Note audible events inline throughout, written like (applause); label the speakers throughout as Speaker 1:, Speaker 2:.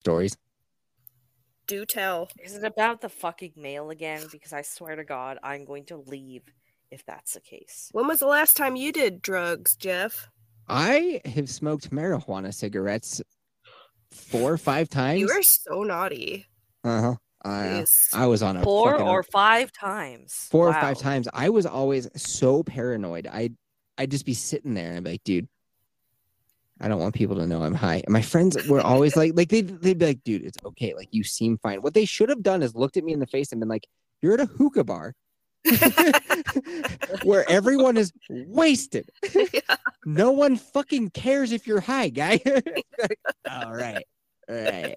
Speaker 1: stories.
Speaker 2: Do tell.
Speaker 3: Is it about the fucking mail again? Because I swear to God, I'm going to leave if that's the case.
Speaker 2: When was the last time you did drugs, Jeff?
Speaker 1: I have smoked marijuana cigarettes four or five times.
Speaker 2: You are so naughty.
Speaker 1: Uh-huh. I, uh,
Speaker 2: Jeez.
Speaker 1: I was on a
Speaker 3: Four
Speaker 1: fucking-
Speaker 3: or five times.
Speaker 1: four or
Speaker 3: Wow.
Speaker 1: five times. I was always so paranoid. I I'd just be sitting there and I'd be like, dude, I don't want people to know I'm high. And my friends were always like, like they'd, they'd be like, dude, it's okay. Like you seem fine. What they should have done is looked at me in the face and been like, you're at a hookah bar. (laughs) Where everyone is wasted. No one fucking cares if you're high, guy. (laughs) all right. All right.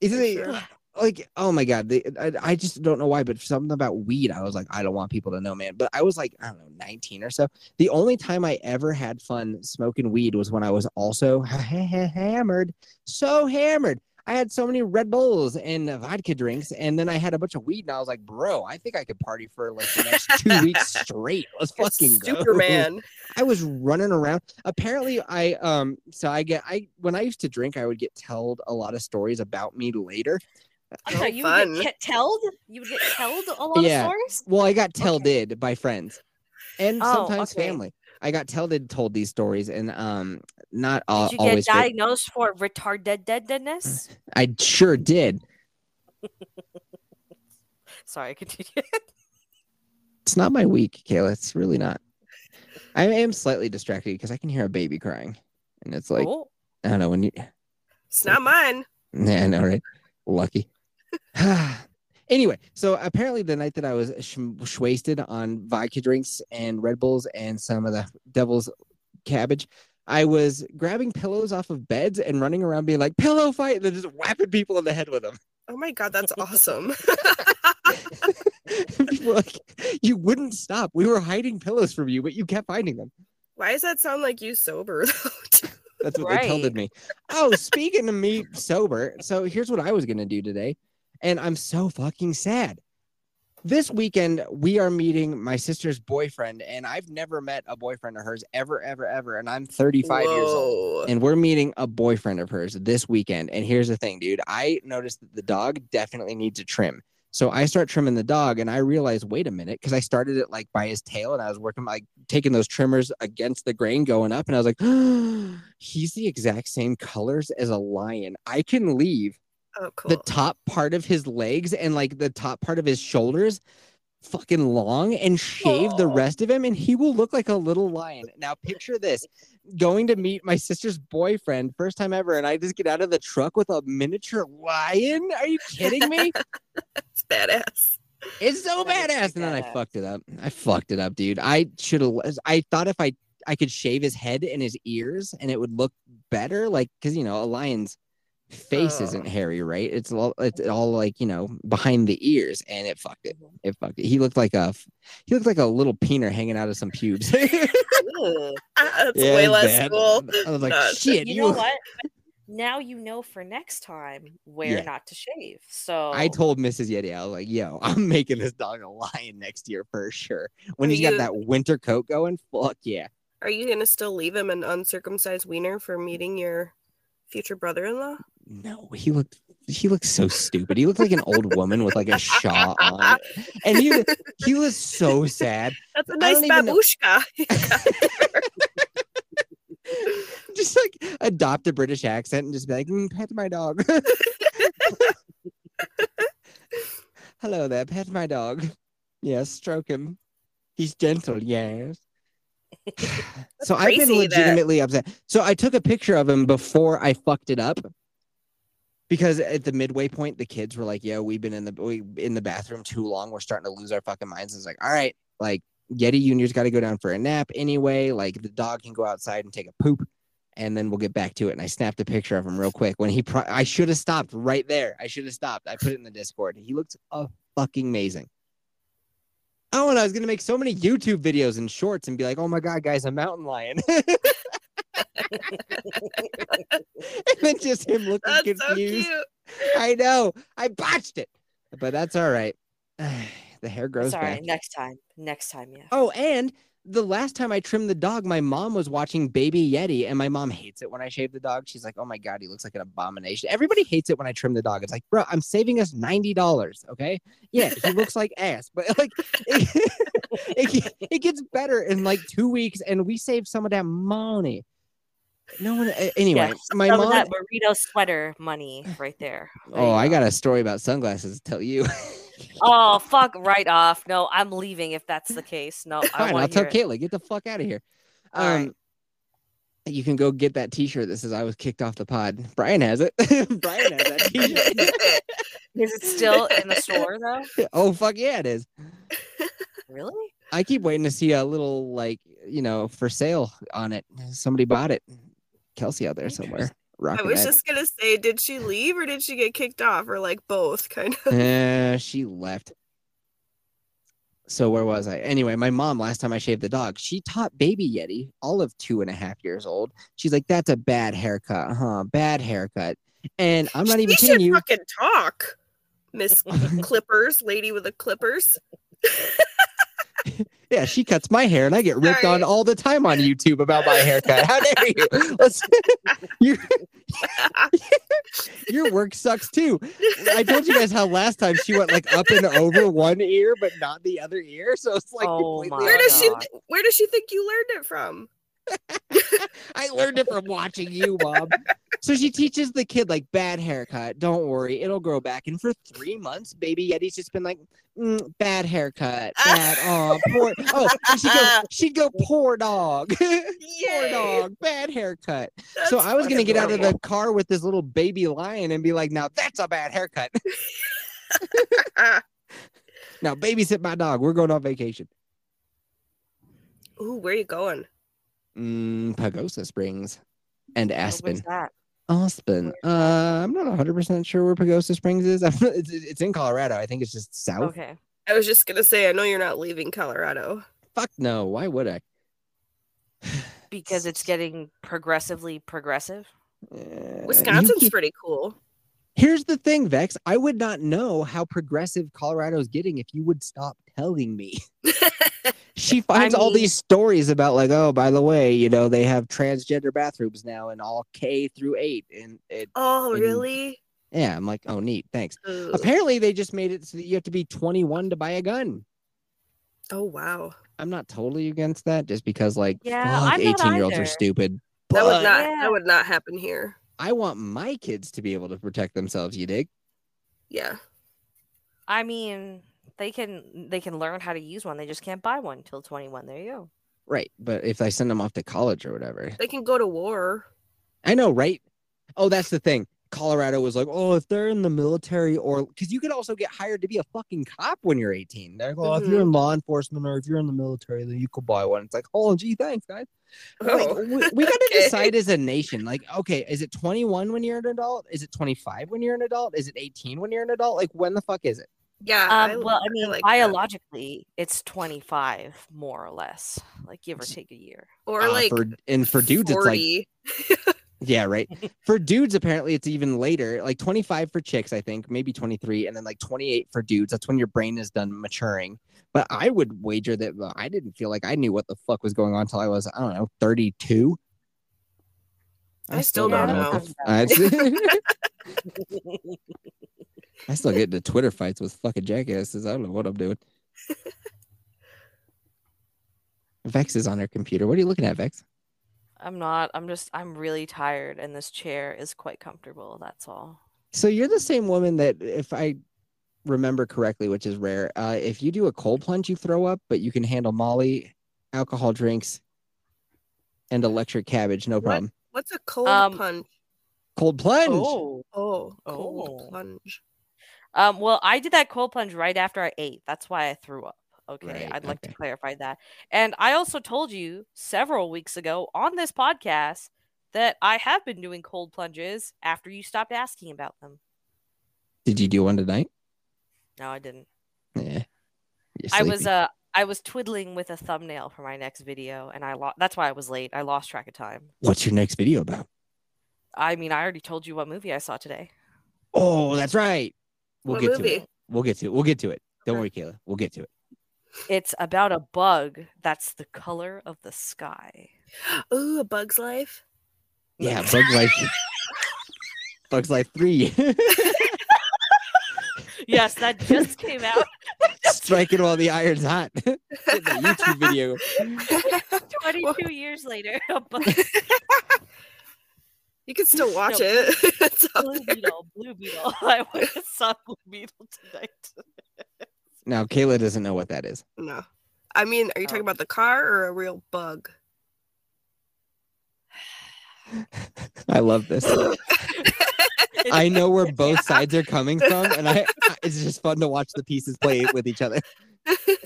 Speaker 1: Is
Speaker 2: For
Speaker 1: it
Speaker 2: (laughs) sure.
Speaker 1: like oh my god they, I, I just don't know why but something about weed i was like i don't want people to know man but i was like i don't know 19 or so the only time i ever had fun smoking weed was when i was also (laughs) hammered so hammered i had so many red bulls and vodka drinks and then i had a bunch of weed and i was like bro i think i could party for like the next two weeks straight let's
Speaker 2: You're
Speaker 1: fucking go
Speaker 2: Superman.
Speaker 1: (laughs) I was running around. Apparently, I um so I get I when I used to drink, I would get told a lot of stories about me later.
Speaker 3: I'm
Speaker 2: Oh,
Speaker 3: sorry, you would
Speaker 2: fun.
Speaker 3: get ke- telled? You would get telled a lot
Speaker 1: Yeah.
Speaker 3: of stories?
Speaker 1: Well, I got telded by friends and
Speaker 3: Oh,
Speaker 1: sometimes
Speaker 3: okay.
Speaker 1: family. I got telded told these stories and um not all,
Speaker 3: Did you get
Speaker 1: always Mm. good.
Speaker 3: diagnosed for retardedness?
Speaker 1: I sure did.
Speaker 3: Sorry, continue.
Speaker 1: It's not my week, Kayla. It's really not. I am slightly distracted because I can hear a baby crying. And it's (laughs) like,
Speaker 3: oh,
Speaker 1: I don't know, when you
Speaker 2: It's not mine.
Speaker 1: (laughs) Yeah, I know, right? Lucky. (sighs) anyway, so apparently the night that I was sh- wasted on vodka drinks and Red Bulls and some of the devil's cabbage, I was grabbing pillows off of beds and running around being like, pillow fight, and then just whapping people in the head with them.
Speaker 2: Oh my
Speaker 3: (laughs)
Speaker 2: god, that's awesome.
Speaker 1: (laughs) people were like, you wouldn't stop. We were hiding pillows from you, but you kept finding them.
Speaker 2: Why does that sound like you sober though? (laughs)
Speaker 1: That's what they
Speaker 3: Right.
Speaker 1: told me. Oh, speaking of me sober, so here's what I was gonna do today, and I'm so fucking sad. This weekend we are meeting my sister's boyfriend, and I've never met a boyfriend of hers ever, ever, ever. And I'm 35 years old,
Speaker 2: Whoa.
Speaker 1: and we're meeting a boyfriend of hers this weekend. And here's the thing, dude. I noticed that the dog definitely needs a trim. So I start trimming the dog, and I realize, wait a minute, because I started it like by his tail, and I was working like taking those trimmers against the grain going up and i was like (gasps) he's the exact same colors as a lion i can leave
Speaker 2: Oh
Speaker 1: the
Speaker 2: cool.
Speaker 1: top part of his legs and like the top part of his shoulders fucking long and shave the
Speaker 2: Aw.
Speaker 1: rest of him and he will look like a little lion now picture this going to meet my sister's boyfriend first time ever and i just get out of the truck with a miniature lion are you kidding me
Speaker 2: It's badass. (laughs)
Speaker 1: it's so
Speaker 3: That is
Speaker 1: badass.
Speaker 3: pretty
Speaker 1: And then I
Speaker 3: badass.
Speaker 1: fucked it up. I fucked it up, dude. I should have. I thought if I I could shave his head and his ears, and it would look better, like because you know a lion's face
Speaker 2: Oh.
Speaker 1: isn't hairy, right? It's all it's all like you know behind the ears, and it fucked it.
Speaker 3: Mhm.
Speaker 1: It fucked it. He looked like a he looked like a little peener hanging out of some pubes. (laughs)
Speaker 3: Ooh.
Speaker 2: Ah, It's
Speaker 1: Yeah,
Speaker 2: way
Speaker 1: it's
Speaker 2: less
Speaker 1: bad.
Speaker 2: cool.
Speaker 1: I was like,
Speaker 2: Nuts.
Speaker 1: shit,
Speaker 3: you
Speaker 1: you.
Speaker 3: know
Speaker 1: (laughs)
Speaker 3: what? Now you know for next time where
Speaker 1: Yeah.
Speaker 3: not to shave. So
Speaker 1: I told Mrs. Yeti, I was like, yo, (laughs) I'm making this dog a lion next year for sure. When
Speaker 2: Are
Speaker 1: he's got
Speaker 2: you-
Speaker 1: that winter coat going, fuck yeah.
Speaker 2: Are you gonna still leave him an uncircumcised wiener for meeting your future brother-in-law?
Speaker 1: No, he looked he looked so stupid. He looked like an old woman with like a shawl on. And he he was so sad.
Speaker 2: (laughs) That's a
Speaker 1: I
Speaker 2: nice
Speaker 1: don't even know-
Speaker 2: babushka.
Speaker 1: (laughs) Just like adopt a British accent and just be like, "Mm, pet my dog. (laughs) Hello there, pet my dog. Yes, stroke him. He's gentle, yes. so I've been
Speaker 2: crazy that-
Speaker 1: legitimately upset. So I took a picture of him before I fucked it up. because at the midway point the kids were like yo we've been in the we, in the bathroom too long we're starting to lose our fucking minds it's like all right like yeti junior's got to go down for a nap anyway like the dog can go outside and take a poop and then we'll get back to it and i snapped a picture of him real quick when he pro- i should have stopped right there i should have stopped i put it in the discord he looked a fucking amazing oh and i was gonna make so many youtube videos and shorts and be like oh my god guys a mountain lion (laughs) and then just him looking
Speaker 2: That's so
Speaker 1: confused
Speaker 2: cute.
Speaker 1: (laughs) I know. I botched it. But that's all right. (sighs) the hair grows
Speaker 3: sorry,
Speaker 1: back.
Speaker 3: next time. Next time, yeah.
Speaker 1: Oh, and the last time I trimmed the dog, my mom was watching Baby Yeti, and my mom hates it when I shave the dog. She's like, "Oh my god, he looks like an abomination." Everybody hates it when I trim the dog. It's like, bro, I'm saving us ninety dollars. Okay, yeah, he looks like ass, but (laughs) like, it, (laughs) it, it gets better in like two weeks, and we save some of that money. No one, a- anyway,
Speaker 3: Yeah,
Speaker 1: my
Speaker 3: Some of
Speaker 1: mom.
Speaker 3: that burrito sweater money
Speaker 1: (sighs)
Speaker 3: right there. There
Speaker 1: oh,
Speaker 3: you
Speaker 1: I
Speaker 3: go.
Speaker 1: got a story about sunglasses to tell you.
Speaker 3: Oh fuck! Right off. No, I'm leaving if that's the case.
Speaker 1: (laughs)
Speaker 3: No, I
Speaker 1: Fine, I'll
Speaker 3: want
Speaker 1: tell
Speaker 3: to hear. it.
Speaker 1: Kayla, get the fuck out of here.
Speaker 3: All right.
Speaker 1: Um, you can go get that T-shirt that says "I was kicked off the pod." Brian has it. (laughs) Brian has that
Speaker 3: (laughs)
Speaker 1: T-shirt.
Speaker 3: Is it still
Speaker 1: (laughs)
Speaker 3: in the store though?
Speaker 1: oh fuck yeah, it is.
Speaker 3: Really?
Speaker 1: I keep waiting to see a little like you know for sale on it. Somebody bought it. Kelsey out there somewhere.
Speaker 3: Interesting.
Speaker 2: (laughs) I
Speaker 1: Rocking
Speaker 2: was
Speaker 1: that.
Speaker 2: just gonna say, did she leave or did she get kicked off or like both? Kind of.
Speaker 1: Eh, she left. So where was I? Anyway, my mom last time I shaved the dog, she taught baby Yeti, all of two and a half years old. She's like, "That's a bad haircut, huh? Bad haircut." And I'm not
Speaker 2: she
Speaker 1: even
Speaker 2: should
Speaker 1: kidding you.
Speaker 2: fucking talk,
Speaker 3: (laughs)
Speaker 2: Miss Clippers, lady with the clippers. (laughs)
Speaker 1: Yeah, she cuts my hair, and I get ripped on
Speaker 2: Sorry.
Speaker 1: all the time on YouTube about my haircut. How dare you? (laughs) Let's- your, your work sucks too. I told you guys how last time she went like up and over one ear, but not the other ear. So it's like
Speaker 3: Oh
Speaker 1: completely
Speaker 3: my
Speaker 2: Where does she?
Speaker 3: God.
Speaker 2: Where does she think you learned it from?
Speaker 1: I learned it from watching you, mom. So she teaches the kid like bad haircut. Don't worry, it'll grow back. And for three months, baby Yeti's just been like, "Mm, bad haircut,
Speaker 2: (laughs)
Speaker 1: bad. Oh, poor. Oh, and she'd go, she'd go, poor dog, (laughs) poor
Speaker 2: Yay,
Speaker 1: dog, bad haircut.
Speaker 2: that's
Speaker 1: so I was gonna
Speaker 2: fucking
Speaker 1: get out of
Speaker 2: horrible.
Speaker 1: the car with this little baby lion and be like, now that's a bad haircut. (laughs)
Speaker 2: Ah,
Speaker 1: now babysit my dog. We're going on vacation.
Speaker 2: Ooh, where you going?
Speaker 1: Mm, Pagosa Springs and Aspen.
Speaker 3: Where's that?
Speaker 1: Aspen. Uh, I'm not 100% sure where Pagosa Springs is. (laughs) I'm, it's, it's in Colorado. I think it's just south.
Speaker 3: Okay.
Speaker 2: I was just gonna say, I know you're not leaving Colorado.
Speaker 1: Fuck no. Why would I?
Speaker 3: Because it's getting progressively progressive.
Speaker 1: Uh, you
Speaker 2: Wisconsin's
Speaker 1: keep-
Speaker 2: pretty cool.
Speaker 1: Here's the thing, Vex. I would not know how progressive Colorado's getting if you would stop telling me. (laughs) she finds all
Speaker 3: mean-
Speaker 1: these stories about, like, oh, by the way, you know, they have transgender bathrooms now in all K through eight. And it,
Speaker 2: Oh,
Speaker 1: Mhm.
Speaker 2: really?
Speaker 1: yeah, I'm like, oh, neat. Thanks.
Speaker 2: Ugh.
Speaker 1: Apparently, they just made it so that you have to be 21 to buy a gun.
Speaker 2: Oh wow,
Speaker 1: I'm not totally against that just because like
Speaker 3: Yeah,
Speaker 1: fuck,
Speaker 3: I'm not
Speaker 1: 18 year olds are
Speaker 3: either.
Speaker 1: stupid.
Speaker 2: that
Speaker 1: But
Speaker 2: would not
Speaker 3: Yeah.
Speaker 2: that would not happen here.
Speaker 1: I want my kids to be able to protect themselves, you dig?
Speaker 2: Yeah,
Speaker 3: I mean, they can they can learn how to use one. They just can't buy one till 21. There you go.
Speaker 1: Right. But if I send them off to college or whatever.
Speaker 2: they can go to war.
Speaker 1: I know, right? Oh, that's the thing. Colorado was like, "Oh, if they're in the military or cuz you could also get hired to be a fucking cop when you're 18." They're like, "Oh, if
Speaker 3: Mm-hmm.
Speaker 1: you're in law enforcement or if you're in the military, then you could buy one." It's like, "Oh, gee, thanks, guys." Like,
Speaker 2: Oh. (laughs)
Speaker 1: we, we got to
Speaker 2: Okay.
Speaker 1: decide as a nation. Like, okay, is it 21 when you're an adult? Is it 25 when you're an adult? Is it 18 when you're an adult? Like, when the fuck is it?
Speaker 2: Yeah. I-
Speaker 3: Um, well, I mean,
Speaker 2: like that.
Speaker 3: biologically, it's 25 more or less, like give or take a year.
Speaker 2: or
Speaker 1: Uh,
Speaker 2: like
Speaker 1: for, and for dudes, it's
Speaker 2: 40.
Speaker 1: like, yeah,
Speaker 2: (laughs)
Speaker 1: right. for dudes, apparently, it's even later. Like 25 for chicks, I think, maybe 23, and then like 28 for dudes. That's when your brain is done maturing. But I would wager that well, I didn't feel like I knew what the fuck was going on until I was, I don't know, 32.
Speaker 2: I still don't
Speaker 1: what the
Speaker 2: know.
Speaker 1: (laughs) f- I-
Speaker 3: (laughs)
Speaker 1: I still get into Twitter fights with fucking jackasses. I don't know what I'm (laughs) doing. Vex is on her computer. What are you looking at, Vex?
Speaker 3: I'm not. I'm just. I'm really tired, and this chair is quite comfortable. That's all.
Speaker 1: So you're the same woman that, if I remember correctly, which is rare, uh, if you do a cold plunge, you throw up, but you can handle Molly, alcohol drinks, and electric cabbage, no
Speaker 2: What?
Speaker 1: problem.
Speaker 2: What's a cold
Speaker 3: Um,
Speaker 2: punch?
Speaker 1: Cold plunge.
Speaker 2: Oh, cold
Speaker 3: Oh.
Speaker 2: plunge.
Speaker 3: Um, well, I did that cold plunge right after I ate. That's why I threw up. Okay.
Speaker 1: Right,
Speaker 3: I'd like
Speaker 1: okay.
Speaker 3: to clarify that. And I also told you several weeks ago on this podcast that I have been doing cold plunges after you stopped asking about them.
Speaker 1: Did you do one tonight?
Speaker 3: No, I didn't.
Speaker 1: Yeah. You're
Speaker 3: I was
Speaker 1: sleepy.
Speaker 3: uh I was twiddling with a thumbnail for my next video and I lost that's why I was late. I lost track of time.
Speaker 1: What's your next video about?
Speaker 3: I mean, I already told you what movie I saw today.
Speaker 1: Oh, that's right. We'll
Speaker 2: What
Speaker 1: get to
Speaker 2: movie?
Speaker 1: it. We'll get to it. We'll get to it. Don't worry, Kayla. We'll get to it.
Speaker 3: It's about a bug that's the color of the sky.
Speaker 2: Uh, Ooh, a
Speaker 1: (laughs)
Speaker 2: bug's life.
Speaker 1: Yeah, (laughs) Bugs Life.
Speaker 2: (laughs)
Speaker 1: Bugs Life three. (laughs)
Speaker 3: Yes, that just came
Speaker 1: (laughs)
Speaker 3: out.
Speaker 1: Striking while the iron's hot. (laughs) the YouTube video.
Speaker 3: 22 years later,
Speaker 1: (laughs)
Speaker 3: a bug
Speaker 2: (laughs) You can still watch
Speaker 3: No.
Speaker 2: it. (laughs) it's up
Speaker 3: Blue
Speaker 2: there.
Speaker 3: Beetle, Blue Beetle. (laughs) I went and saw Blue Beetle tonight.
Speaker 1: Now Kayla doesn't know what that is.
Speaker 2: No. I mean, are you
Speaker 3: Oh.
Speaker 2: talking about the car or a real bug? (laughs)
Speaker 1: I love this. I know where both sides are coming from, and I I- it's just fun to watch the pieces play with each other.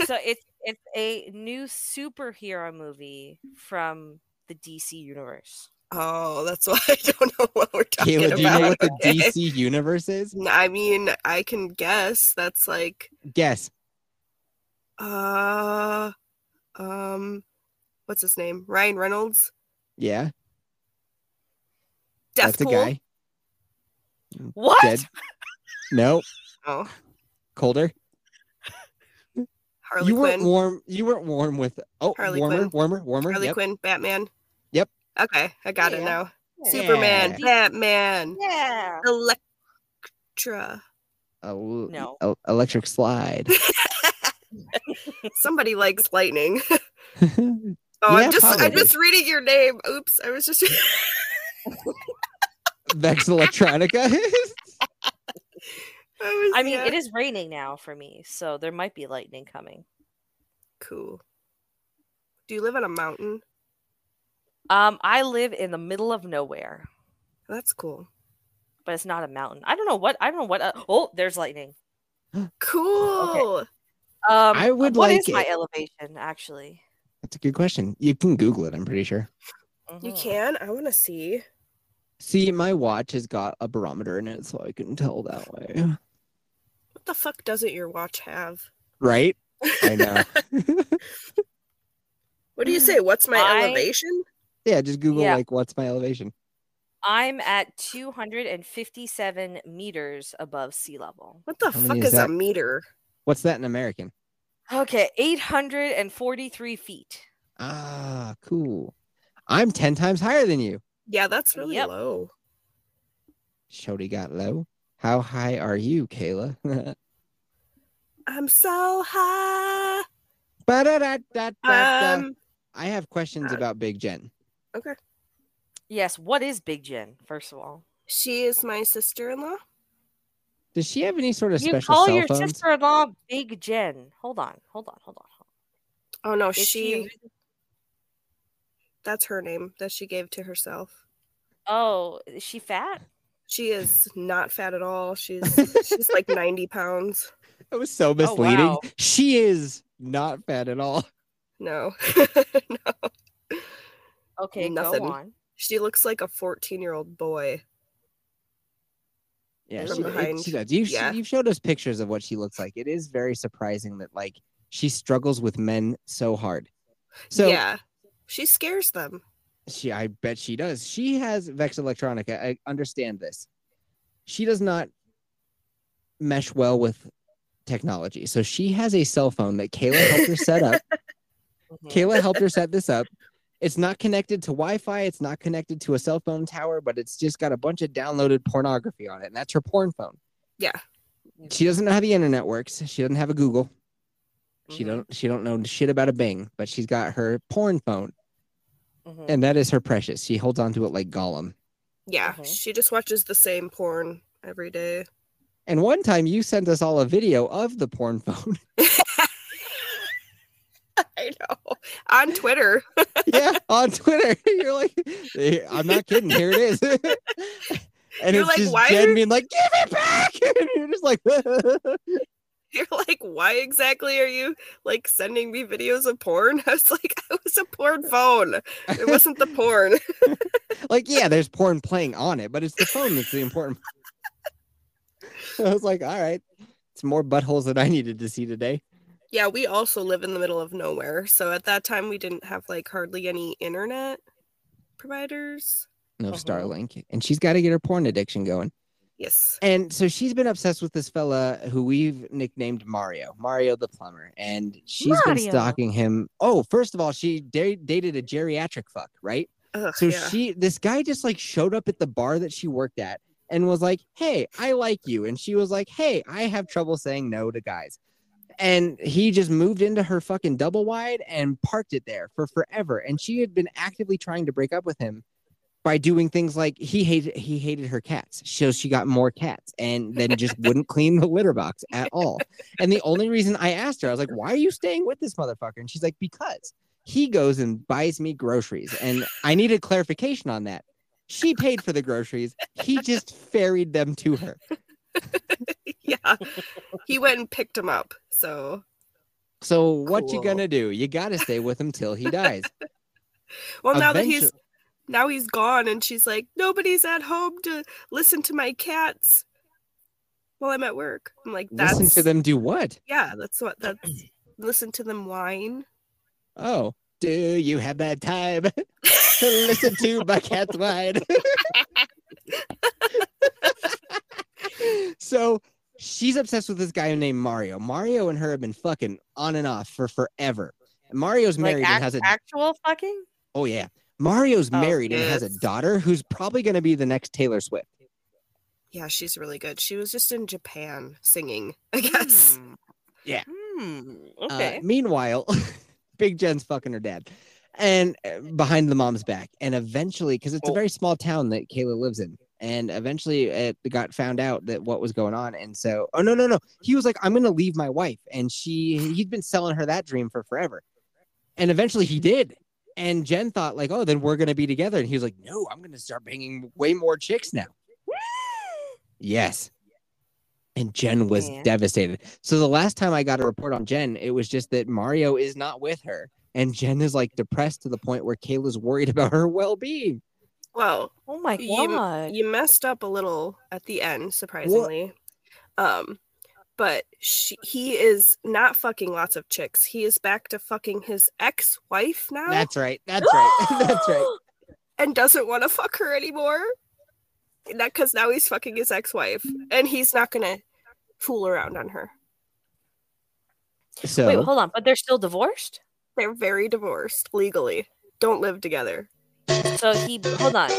Speaker 3: so it's it's a new superhero movie from the DC universe.
Speaker 2: Oh, that's why (laughs) I don't know what we're talking
Speaker 1: Kayla,
Speaker 2: about.
Speaker 1: do you know what the
Speaker 2: Okay.
Speaker 1: DC universe is?
Speaker 2: I mean, I can guess. That's like,
Speaker 1: Guess.
Speaker 2: uh, um, what's his name? Ryan Reynolds.
Speaker 1: Yeah,
Speaker 2: Death
Speaker 1: that's a guy.
Speaker 3: What?
Speaker 1: Dead. No,
Speaker 2: Oh,
Speaker 1: colder.
Speaker 2: Harley
Speaker 1: you weren't
Speaker 2: Quinn.
Speaker 1: warm. You weren't warm with. Oh,
Speaker 2: Harley
Speaker 1: warmer,
Speaker 2: Quinn.
Speaker 1: warmer, warmer.
Speaker 2: Harley
Speaker 1: yep.
Speaker 2: Quinn. Batman.
Speaker 1: Yep.
Speaker 2: Okay, I got it
Speaker 3: Yeah.
Speaker 2: now.
Speaker 1: Yeah.
Speaker 2: Superman. Batman.
Speaker 3: Yeah.
Speaker 2: Electra.
Speaker 1: Oh,
Speaker 3: No.
Speaker 1: el- electric
Speaker 2: (laughs)
Speaker 1: slide. (laughs)
Speaker 2: Somebody likes lightning. (laughs)
Speaker 1: That's
Speaker 2: Oh,
Speaker 1: Yeah,
Speaker 2: I'm just I'm
Speaker 1: probably.
Speaker 2: just reading your name. Oops, I was just (laughs)
Speaker 1: Electronica. (laughs)
Speaker 2: I, was,
Speaker 3: I mean,
Speaker 2: yeah.
Speaker 3: it is raining now for me, so there might be lightning coming.
Speaker 2: cool. Do you live on a mountain?
Speaker 3: Um, I live in the middle of nowhere,
Speaker 2: That's cool.
Speaker 3: but it's not a mountain. I don't know what I don't know what. Uh, oh, there's lightning.
Speaker 2: Cool.
Speaker 3: Um,
Speaker 1: I would
Speaker 3: what is
Speaker 1: like
Speaker 3: my
Speaker 1: it.
Speaker 3: elevation actually?
Speaker 1: That's a good question. You can Google it. I'm pretty sure.
Speaker 2: You
Speaker 3: Mhm.
Speaker 2: can. I want to see.
Speaker 1: See, my watch has got a barometer in it, so I can tell that way.
Speaker 2: What the fuck doesn't your watch have?
Speaker 1: Right? I
Speaker 3: (laughs)
Speaker 1: know.
Speaker 2: What do you say? What's my
Speaker 3: Hmm. I-
Speaker 2: elevation?
Speaker 1: yeah, just Google
Speaker 3: Yeah.
Speaker 1: like what's my elevation.
Speaker 3: I'm at 257 meters above sea level.
Speaker 2: What the
Speaker 1: How many
Speaker 2: fuck
Speaker 1: is
Speaker 2: is, a
Speaker 1: that?
Speaker 2: meter?
Speaker 1: What's that in American?
Speaker 3: Okay, 843 feet.
Speaker 1: Ah, cool. I'm ten times higher than you.
Speaker 2: Yeah, that's really
Speaker 3: Yep.
Speaker 2: low.
Speaker 1: Shody got low. How high are you, Kayla? (laughs)
Speaker 2: I'm so high.
Speaker 1: Ba-da-da-da-da-da.
Speaker 2: Um,
Speaker 1: I have questions
Speaker 2: uh,
Speaker 1: about Big Jen.
Speaker 2: okay.
Speaker 3: Yes, what is Big Jen, first of all?
Speaker 2: She is my sister-in-law.
Speaker 1: Does she have any sort of
Speaker 3: You
Speaker 1: special
Speaker 3: call
Speaker 1: cell
Speaker 3: your
Speaker 1: phones?
Speaker 3: sister in law Big Jen. Hold on, hold on, hold on. hold
Speaker 2: Oh no,
Speaker 3: on. Is
Speaker 2: she
Speaker 3: she...
Speaker 2: that's her name that she gave to herself.
Speaker 3: Oh, is she fat?
Speaker 2: She is not fat at all. She's she's like 90 pounds.
Speaker 1: That was so misleading.
Speaker 3: Oh, wow.
Speaker 1: She is not fat at all.
Speaker 2: No. (laughs) no.
Speaker 3: Okay,
Speaker 2: Nothing.
Speaker 3: go on.
Speaker 2: She looks like a 14-year-old boy.
Speaker 1: Yeah,
Speaker 2: From
Speaker 1: she, it-
Speaker 2: behind.
Speaker 1: she does. You've,
Speaker 2: Yeah.
Speaker 1: you've showed us pictures of what she looks like. It is very surprising that like she struggles with men so hard. So
Speaker 2: yeah. She scares them.
Speaker 1: she, I bet she does. She has Vex Electronica. I understand this. She does not mesh well with technology. So she has a cell phone that Kayla helped her set up.
Speaker 3: Mhm.
Speaker 1: Kayla helped her set this up. It's not connected to Wi-Fi. It's not connected to a cell phone tower, but it's just got a bunch of downloaded pornography on it, and that's her porn phone.
Speaker 2: Yeah.
Speaker 1: She doesn't know how the internet works. She doesn't have a Google. She
Speaker 3: Mhm,
Speaker 1: don't. She don't know shit about a Bing, but she's got her porn phone,
Speaker 3: mhm.
Speaker 1: and that is her precious. She holds onto it like Gollum.
Speaker 2: Yeah.
Speaker 3: Mhm.
Speaker 2: She just watches the same porn every day.
Speaker 1: And one time, you sent us all a video of the porn phone.
Speaker 2: I know. On Twitter. (laughs)
Speaker 1: yeah, on Twitter. (laughs) You're like, "Hey, I'm not kidding. Here it is. (laughs) and
Speaker 2: You're
Speaker 1: it's
Speaker 2: like,
Speaker 1: just
Speaker 2: "Why
Speaker 1: Jen
Speaker 2: are-
Speaker 1: being like, "Give it back!" (laughs) and you're just like.
Speaker 2: You're like, why exactly are you like sending me videos of porn? (laughs) I was like, I was a porn phone. It wasn't the porn.
Speaker 1: like yeah there's porn playing on it but it's the phone that's the important (laughs) i was like all right it's more buttholes that i needed to see today
Speaker 2: Yeah, we also live in the middle of nowhere. So at that time, we didn't have like hardly any internet providers.
Speaker 1: no
Speaker 3: Uh-huh.
Speaker 1: starlink and she's got to get her porn addiction going
Speaker 2: Yes.
Speaker 1: And so she's been obsessed with this fella who we've nicknamed Mario, Mario the plumber, and she's been
Speaker 3: Mario.
Speaker 1: stalking him. Oh, first of all, she da- dated a geriatric fuck, right?
Speaker 2: Ugh,
Speaker 1: So
Speaker 2: yeah.
Speaker 1: she, this guy just like showed up at the bar that she worked at and was like, "Hey, I like you," and she was like, "Hey, I have trouble saying no to guys." And he just moved into her fucking double wide and parked it there for forever. And she had been actively trying to break up with him by doing things like he hated he hated her cats, so she got more cats, and then just wouldn't clean the litter box at all. And the only reason I asked her, I was like, "Why are you staying with this motherfucker?" And she's like, "Because." He goes and buys me groceries, and I needed clarification on that. She paid for the groceries. He
Speaker 2: (laughs)
Speaker 1: just ferried them to her.
Speaker 2: (laughs) yeah. He went and picked him up. So
Speaker 1: So what you
Speaker 2: Cool.
Speaker 1: gonna do? You gotta stay with him till
Speaker 2: (laughs)
Speaker 1: he dies.
Speaker 2: well now that
Speaker 1: Eventu-
Speaker 2: he's now he's gone and she's like, Nobody's at home to listen to my cats while I'm at work. I'm like, that's
Speaker 1: Listen to them do what?
Speaker 2: yeah, that's what that's listen to them whine.
Speaker 1: Oh, do you have that time (laughs) to listen to my cat's wine? (laughs) so she's obsessed with this guy named Mario. Mario and her have been fucking on and off for forever. Mario's married
Speaker 3: like
Speaker 1: and
Speaker 3: act-
Speaker 1: has a
Speaker 3: actual fucking.
Speaker 1: oh yeah. Mario's
Speaker 3: Oh,
Speaker 1: married and has a
Speaker 2: yes.
Speaker 1: daughter who's probably gonna be the next Taylor Swift.
Speaker 2: Yeah, she's really good. She was just in Japan singing, I guess.
Speaker 3: Hmm.
Speaker 1: Yeah.
Speaker 3: Hmm.
Speaker 1: Uh,
Speaker 3: Okay.
Speaker 1: meanwhile, (laughs) Big Jen's fucking her dad, and uh, behind the mom's back, and eventually, because it's a
Speaker 3: Oh.
Speaker 1: very small town that Kayla lives in, and eventually it got found out that what was going on, and so oh no no no, he was like I'm gonna leave my wife, and she he'd been selling her that dream for forever, and eventually he did. And Jen thought like, oh, then we're gonna be together, and he was like, no, I'm gonna start banging way more chicks
Speaker 3: (laughs)
Speaker 1: now. Yes. And Jen was
Speaker 3: Yeah.
Speaker 1: devastated. So the last time I got a report on Jen, it was just that Mario is not with her. And Jen is like depressed to the point where Kayla's worried about her well being.
Speaker 2: Well,
Speaker 3: oh my
Speaker 2: you-
Speaker 3: god.
Speaker 2: you messed up a little at the end surprisingly um but she, he is not fucking lots of chicks he is back to fucking his ex-wife
Speaker 3: Oh.
Speaker 2: now
Speaker 1: That's right. That's right. (laughs) That's
Speaker 3: (gasps)
Speaker 1: right.
Speaker 2: (gasps) and doesn't want to fuck her anymore that because now he's fucking his ex-wife and he's not gonna fool around on her
Speaker 1: So
Speaker 3: Wait, hold on. But they're still divorced.
Speaker 2: they're very divorced legally don't live together
Speaker 3: So he hold on.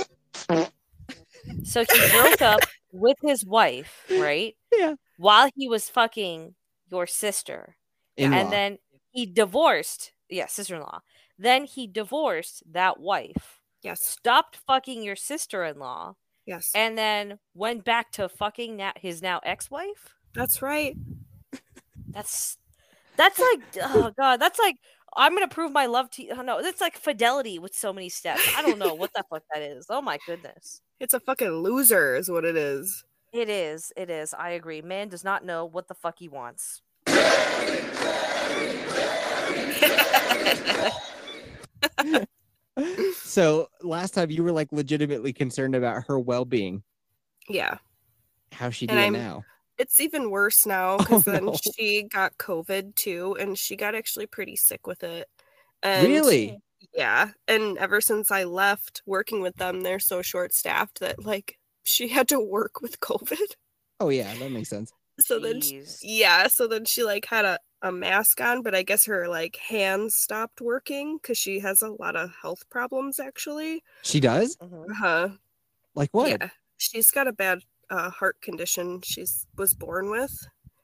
Speaker 3: So he broke up with his wife, right?
Speaker 1: Yeah.
Speaker 3: While he was fucking your sister,
Speaker 1: in-law.
Speaker 3: and then he divorced. Yeah, sister-in-law. Then he divorced that wife.
Speaker 2: yes
Speaker 3: Stopped fucking your sister-in-law,
Speaker 2: yes
Speaker 3: and then went back to fucking na- his now ex-wife.
Speaker 2: that's right
Speaker 3: That's that's like oh god, that's like I'm gonna prove my love to you. Oh, no, that's like fidelity with so many steps. I don't know what the fuck that is. Oh my goodness.
Speaker 2: it's a fucking loser is what it is
Speaker 3: It is, it is. I agree. Man does not know what the fuck he wants.
Speaker 1: so last time you were like legitimately concerned about her well being.
Speaker 2: yeah
Speaker 1: How's she
Speaker 2: And
Speaker 1: doing
Speaker 2: I'm-
Speaker 1: now?
Speaker 2: it's even worse now
Speaker 1: (laughs)
Speaker 2: because
Speaker 1: Oh,
Speaker 2: then
Speaker 1: no.
Speaker 2: she got COVID too, and she got actually pretty sick with it. And
Speaker 1: really?
Speaker 2: Yeah. And ever since I left working with them, they're so short staffed that like she had to work with (laughs) COVID.
Speaker 1: Oh yeah, that makes sense.
Speaker 2: So then, she-
Speaker 3: Jeez.
Speaker 2: yeah. So then she like had a, a mask on, but I guess her like hands stopped working because she has a lot of health problems actually.
Speaker 1: She does?
Speaker 3: Mhm.
Speaker 2: Uh huh.
Speaker 1: Like what?
Speaker 2: Yeah. She's got a bad uh, heart condition she's was born with.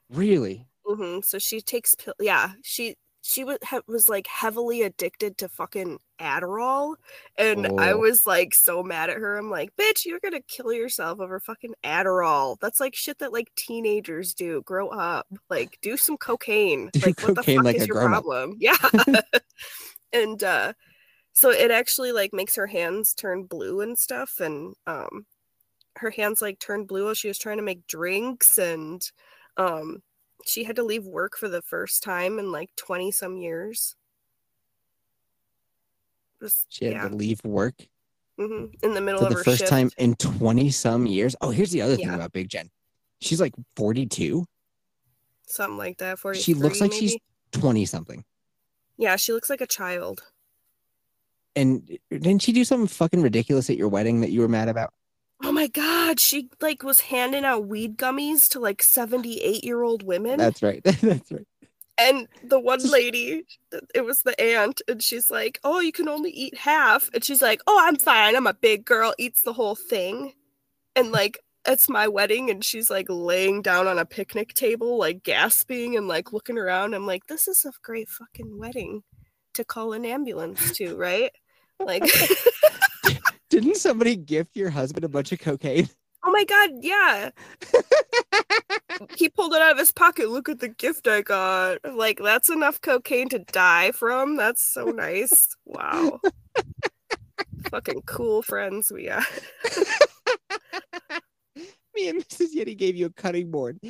Speaker 1: Really?
Speaker 2: hmm So she takes pill. Yeah, she she was he- was like heavily addicted to fucking Adderall, and I
Speaker 1: Oh.
Speaker 2: was like so mad at her. I'm like, bitch, you're gonna kill yourself over fucking Adderall. That's like shit that like teenagers do. Grow up. Like do some cocaine.
Speaker 1: (laughs) Do
Speaker 2: like what the
Speaker 1: cocaine
Speaker 2: fuck
Speaker 1: like
Speaker 2: is
Speaker 1: a
Speaker 2: your
Speaker 1: grown-up.
Speaker 2: problem? Yeah.
Speaker 1: (laughs)
Speaker 2: (laughs) and uh, so it actually like makes her hands turn blue and stuff, and um, her hands like turned blue while she was trying to make drinks and um she had to leave work for the first time in like 20 some years Just-
Speaker 1: She had
Speaker 2: yeah
Speaker 1: to leave work
Speaker 2: hmm in the middle
Speaker 1: for
Speaker 2: of
Speaker 1: the
Speaker 2: her
Speaker 1: first
Speaker 2: shift
Speaker 1: time in 20 some years. Oh, here's the other thing
Speaker 2: Yeah.
Speaker 1: about Big Jen. She's like 42,
Speaker 2: something like that for
Speaker 1: She looks like she's- 20 something.
Speaker 2: yeah she looks like a child
Speaker 1: And didn't she do something fucking ridiculous at your wedding that you were mad about?
Speaker 2: Oh my god, she like was handing out weed gummies to like 78 year old women.
Speaker 1: That's right. (laughs) That's right.
Speaker 2: and the one lady, it was the aunt, and she's like, Oh, you can only eat half. And she's like, Oh, I'm fine. I'm a big girl, eats the whole thing. And like, it's my wedding, and she's like laying down on a picnic table, like gasping and like looking around. I'm like, This is a great fucking wedding to call an ambulance to, right? Like,
Speaker 1: Didn't somebody gift your husband a bunch of cocaine? (laughs)
Speaker 2: Oh my god, yeah.
Speaker 3: (laughs)
Speaker 2: he pulled it out of his pocket. Look at the gift I got. I'm Like that's enough cocaine to die from. That's so nice. Wow. Fucking cool friends we are.
Speaker 1: Me and Mrs. Yeti gave you a cutting
Speaker 2: (laughs)
Speaker 1: board.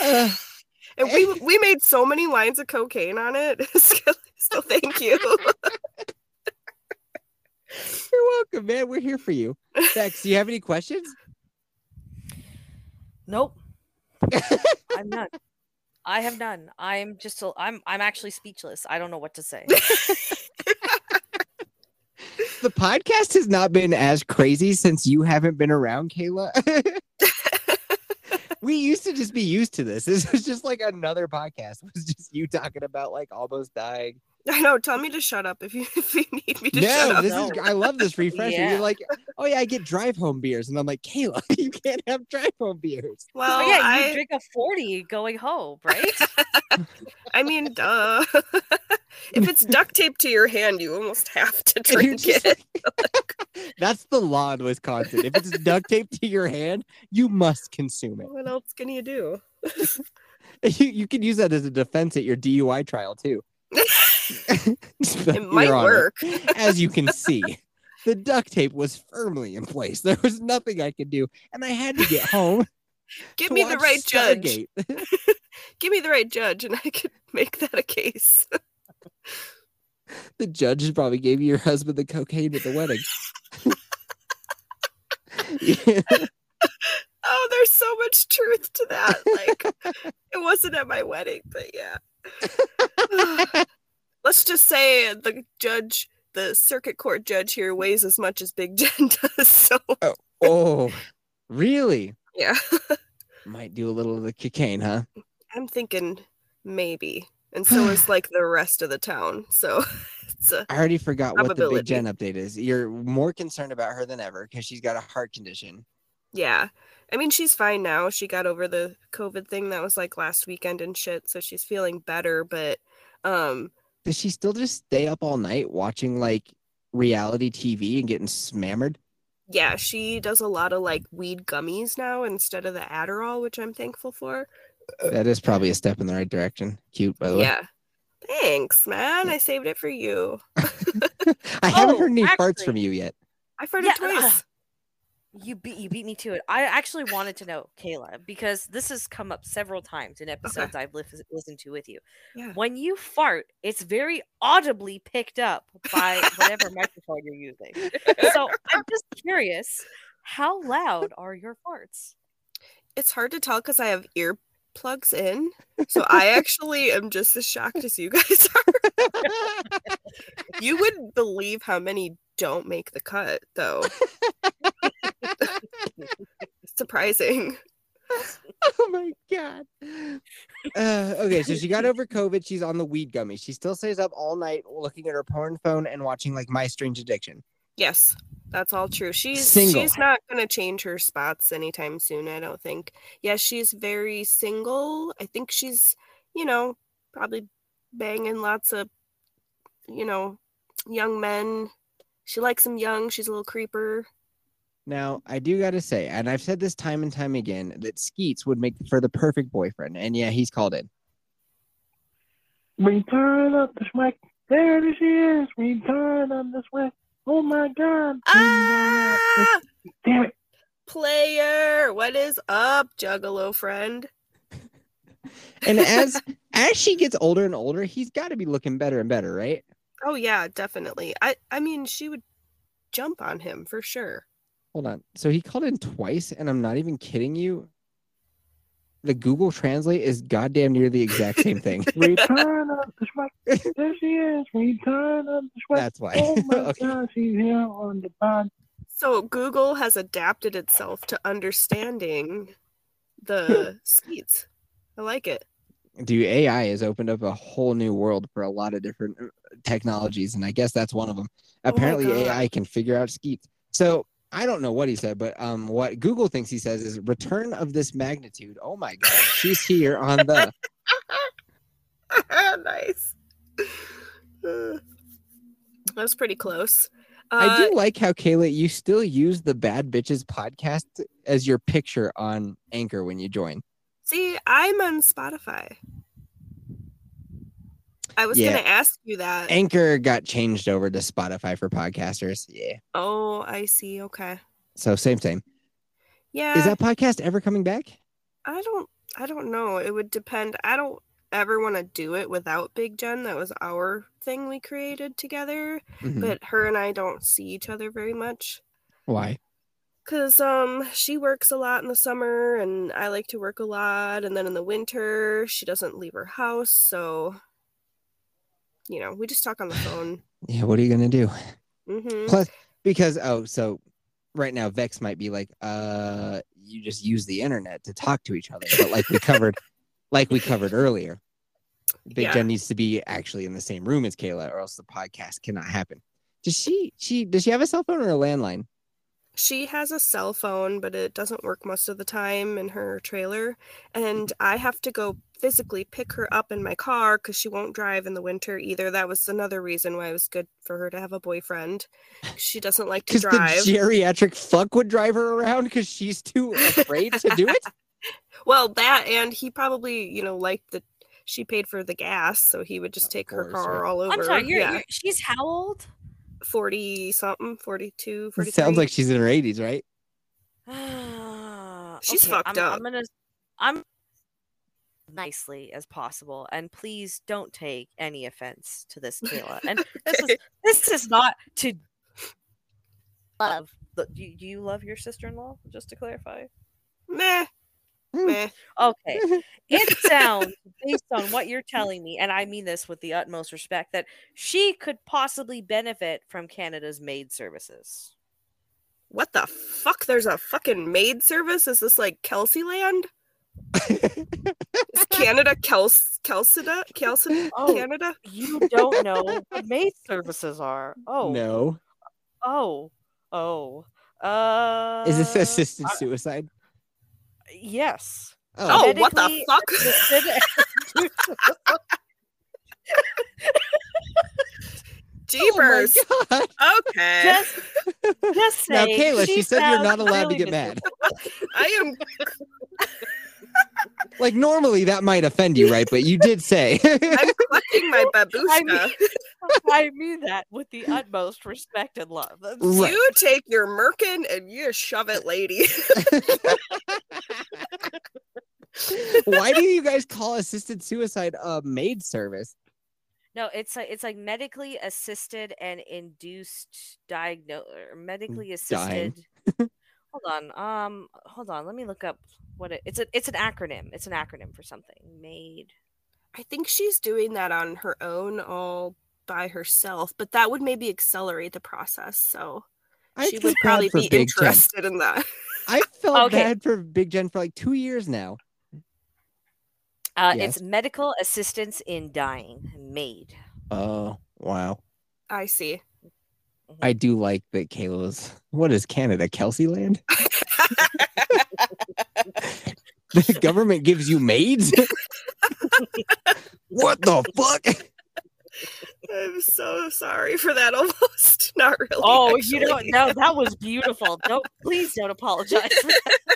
Speaker 1: Uh,
Speaker 2: And we we made so many lines of cocaine on it. (laughs) so so thank you.
Speaker 1: you're welcome, man. We're here for you. Dex, do you have any questions?
Speaker 3: (laughs) Nope. I'm none. I have none. I'm just a, I'm I'm actually speechless. I don't know what to
Speaker 2: (laughs)
Speaker 3: say.
Speaker 1: The podcast has not been as crazy since you haven't been around, Kayla. (laughs) we used to just be used to this. This was just like another podcast. (laughs) It was just you talking about like almost dying.
Speaker 2: I know, tell me to shut up if you if you need me to shut
Speaker 1: No,
Speaker 2: up.
Speaker 1: this is I love this refresher.
Speaker 3: Yeah.
Speaker 1: You're like, oh yeah, I get drive home beers, and I'm like, Kayla, (laughs) you can't have drive home beers.
Speaker 2: Well,
Speaker 3: but yeah, you
Speaker 2: I
Speaker 3: drink a 40 going home, right?
Speaker 2: I mean, duh. (laughs) if it's duct taped to your hand, you almost have
Speaker 3: (laughs)
Speaker 2: to
Speaker 1: And you're
Speaker 2: drink
Speaker 1: just
Speaker 2: it.
Speaker 1: like- That's the law in Wisconsin. If it's (laughs) duct taped to your hand, you must consume it.
Speaker 2: What else can you do?
Speaker 1: (laughs) You, you can use that as a defense at your DUI trial
Speaker 2: (laughs)
Speaker 1: too. (laughs)
Speaker 2: It might work.
Speaker 1: as you can see, the duct tape was firmly in place. There was nothing I could do, and I had to get home.
Speaker 2: (laughs) Give
Speaker 1: to
Speaker 2: me the
Speaker 1: watch
Speaker 2: right judge.
Speaker 1: Stargate.
Speaker 2: Give me the right judge, and (laughs) I could make that a case. (laughs)
Speaker 1: The judge probably gave your husband the cocaine at the
Speaker 2: (laughs)
Speaker 1: wedding. (laughs)
Speaker 2: Oh, there's so much truth to that. Like, it wasn't at my wedding, but yeah. (sighs) Let's just say the judge, the circuit court judge here, weighs as much as Big (laughs) Jen does. So,
Speaker 1: oh, really?
Speaker 2: yeah,
Speaker 1: Might do a little of the cocaine, huh?
Speaker 2: (laughs) I'm thinking maybe. And so is like the rest of the town. So, (laughs) it's a,
Speaker 1: I already forgot what the Big
Speaker 2: Probability.
Speaker 1: Jen update is. You're more concerned about her than ever because she's got a heart condition.
Speaker 2: Yeah. I mean, she's fine now. She got over the COVID thing that was like last weekend and shit, so she's feeling better, but um
Speaker 1: Does she still just stay up all night watching like reality TV and getting smammered?
Speaker 2: yeah, she does a lot of like weed gummies now instead of the Adderall, which I'm thankful for.
Speaker 1: That is probably a step in the right direction. Cute, by the way.
Speaker 2: Yeah. Thanks, man. I saved it for you.
Speaker 1: (laughs) I haven't
Speaker 3: Oh,
Speaker 1: heard any farts
Speaker 3: actually-
Speaker 1: from you yet.
Speaker 2: I farted
Speaker 3: Yeah,
Speaker 2: twice.
Speaker 3: You beat you beat me to it. I actually wanted to know, Kayla, because this has come up several times in episodes I've li- listened to with you.
Speaker 2: Yeah.
Speaker 3: When you fart, it's very audibly picked up by
Speaker 2: (laughs)
Speaker 3: whatever microphone you're using. So I'm just curious, how loud are your farts?
Speaker 2: It's hard to tell because I have earplugs in. So I actually am just as shocked as you guys (laughs) are. You wouldn't believe how many don't make the cut, though. (laughs) Surprising.
Speaker 1: oh my god. Uh, okay, so she got over COVID. She's on the weed gummy. She still stays up all night looking at her porn phone and watching like My Strange Addiction.
Speaker 2: Yes, that's all true. She's
Speaker 1: Single.
Speaker 2: she's not gonna change her spots anytime soon, I don't think. Yeah, she's very single. I think she's, you know, probably banging lots of, you know, young men. She likes them young. She's a little creeper.
Speaker 1: Now, I do gotta say, and I've said this time and time again, that Skeets would make for the perfect boyfriend. And yeah, he's called in.
Speaker 4: We turn up the smack. There she is. We turn up the smack. Oh my God. We turn up the-
Speaker 2: Ah!
Speaker 4: Damn it.
Speaker 2: (laughs) Player, what is up, Juggalo friend?
Speaker 1: And as as she gets older and older, he's gotta be looking better and better, right?
Speaker 2: Oh yeah, definitely. I I mean, she would jump on him for sure.
Speaker 1: Hold on. So he called in twice, and I'm not even kidding you. The Google Translate is goddamn near the exact
Speaker 2: (laughs)
Speaker 1: same thing.
Speaker 4: We turn up the smack. There she is. We turn up the smack.
Speaker 1: That's why.
Speaker 4: Oh
Speaker 1: (laughs)
Speaker 4: my
Speaker 1: Okay.
Speaker 4: God. She's here on the pod.
Speaker 2: So Google has adapted itself to understanding
Speaker 1: (laughs)
Speaker 2: the skeets. I like it.
Speaker 1: Dude, AI has opened up a whole new world for a lot of different uh, technologies, and I guess that's one of them.
Speaker 2: Oh my
Speaker 1: Apparently,
Speaker 2: God.
Speaker 1: AI can figure out skeets. So I don't know what he said, but um, what Google thinks he says is "return of this magnitude." Oh my God, she's here on
Speaker 2: (laughs)
Speaker 1: the.
Speaker 2: nice. Uh, that was pretty close. Uh,
Speaker 1: I do like how Kayla, you still use the Bad Bitches podcast as your picture on Anchor when you join.
Speaker 2: See, I'm on Spotify. I was
Speaker 1: Yeah.
Speaker 2: going to ask you that.
Speaker 1: Anchor got changed over to Spotify for podcasters. Yeah.
Speaker 2: oh, I see. Okay.
Speaker 1: So same same.
Speaker 2: Yeah.
Speaker 1: Is that podcast ever coming back?
Speaker 2: I don't I don't know. It would depend. I don't ever want to do it without Big Jen. That was our thing we created together,
Speaker 1: Mhm.
Speaker 2: but her and I don't see each other very much
Speaker 1: Why?
Speaker 2: cuz um she works a lot in the summer and I like to work a lot and then in the winter she doesn't leave her house, so you know, we just talk on the phone.
Speaker 1: Yeah, what are you gonna do?
Speaker 2: Mhm.
Speaker 1: Plus because oh, so right now Vex might be like, uh you just use the internet to talk to each other. But like we
Speaker 2: (laughs)
Speaker 1: covered like we covered earlier. Big
Speaker 2: Yeah.
Speaker 1: Jen needs to be actually in the same room as Kayla or else the podcast cannot happen. Does she she does she have a cell phone or a landline?
Speaker 2: She has a cell phone, but it doesn't work most of the time in her trailer. And I have to go physically pick her up in my car because she won't drive in the winter either. That was another reason why it was good for her to have a boyfriend. She doesn't
Speaker 1: (laughs)
Speaker 2: like to
Speaker 1: Because the
Speaker 2: drive.
Speaker 1: geriatric fuck would drive her around because she's too afraid to do it.
Speaker 2: Well, that and he probably, you know, liked that she paid for the gas, so he would just
Speaker 1: Of
Speaker 2: take her
Speaker 1: course,
Speaker 2: car
Speaker 1: yeah.
Speaker 2: all over.
Speaker 3: I'm sorry, you're,
Speaker 2: yeah,
Speaker 3: you're she's how old?
Speaker 2: 40 something, 42,
Speaker 1: It
Speaker 2: 43.
Speaker 1: sounds like she's in her 80s, right?
Speaker 3: (sighs)
Speaker 2: She's
Speaker 3: Okay,
Speaker 2: fucked
Speaker 3: I'm,
Speaker 2: up.
Speaker 3: I'm gonna I'm nicely as possible, and please don't take any offense to this, Kayla.
Speaker 2: (laughs)
Speaker 3: And this is this is not to love. Do you, do you love your sister-in-law? Just to clarify.
Speaker 2: meh,
Speaker 1: Hmm.
Speaker 2: meh. (laughs)
Speaker 3: Okay. It sounds, based on what you're telling me, and I mean this with the utmost respect, that she could possibly benefit from Canada's maid services.
Speaker 2: What the fuck? There's a fucking maid service? Is this like Kelsey land?
Speaker 1: (laughs)
Speaker 2: Is Canada Kels Kelsida? Kelsida?
Speaker 3: Oh.
Speaker 2: Canada?
Speaker 3: You don't know what maid services are. Oh,
Speaker 1: No.
Speaker 3: oh, oh. Uh,
Speaker 1: Is this assisted suicide?
Speaker 3: Yes.
Speaker 1: Oh,
Speaker 2: Oh, what the
Speaker 3: medically (laughs)
Speaker 2: fuck? (laughs)
Speaker 1: Oh my
Speaker 2: Jeepers.
Speaker 1: God.
Speaker 2: okay.
Speaker 3: just, just
Speaker 1: Now,
Speaker 3: saying.
Speaker 1: Kayla, she said you're
Speaker 3: sounds
Speaker 1: not allowed
Speaker 3: really
Speaker 1: to get mad.
Speaker 2: I am
Speaker 1: (laughs) Like, normally that might offend you, right? But you did say. (laughs)
Speaker 2: I'm clutching my
Speaker 3: (laughs) I
Speaker 2: babushka.
Speaker 3: miserable. I mean that with the utmost respect and love. That's-
Speaker 1: Right.
Speaker 2: You take your merkin and you shove it, lady.
Speaker 1: Why do you guys call assisted suicide a maid service?
Speaker 3: No, it's like it's like medically assisted and induced diagnose or medically
Speaker 1: Dying.
Speaker 3: assisted. hold on, um, hold on. Let me look up what it, it's a, it's an acronym. It's an acronym for something. Made.
Speaker 2: I think she's doing that on her own all by herself, but that would maybe accelerate the process. So
Speaker 1: I
Speaker 2: she
Speaker 1: feel
Speaker 2: would
Speaker 1: bad
Speaker 2: probably
Speaker 1: for
Speaker 2: be
Speaker 1: Big Jen.
Speaker 2: interested in that. (laughs)
Speaker 1: I felt
Speaker 3: Okay.
Speaker 1: bad for Big Jen for like two years now.
Speaker 3: Uh, It's medical assistance in dying. Made.
Speaker 1: Oh, wow.
Speaker 2: I see.
Speaker 1: I do like that Kayla's. What is Canada? Kelsey land? the government gives you maids? what the fuck?
Speaker 2: I'm so sorry for that. (laughs) Almost not (laughs) really.
Speaker 3: Oh, you
Speaker 2: actually.
Speaker 3: don't know. That was beautiful. Don't please don't apologize. For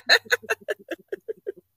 Speaker 3: that.